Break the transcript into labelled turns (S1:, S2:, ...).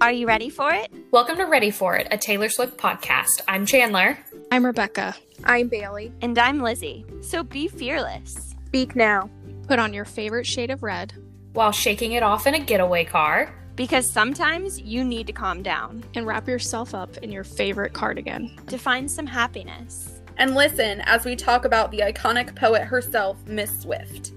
S1: Are you ready for it?
S2: Welcome to Ready for It, a Taylor Swift podcast. I'm Chandler.
S3: I'm Rebecca.
S4: I'm Bailey.
S1: And I'm Lizzie. So be fearless.
S4: Speak now.
S3: Put on your favorite shade of red
S2: While shaking it off in a getaway car,
S1: Because sometimes you need to calm down
S3: and wrap yourself up in your favorite cardigan.
S1: to find some happiness.
S4: And listen as we talk about the iconic poet herself, Miss Swift.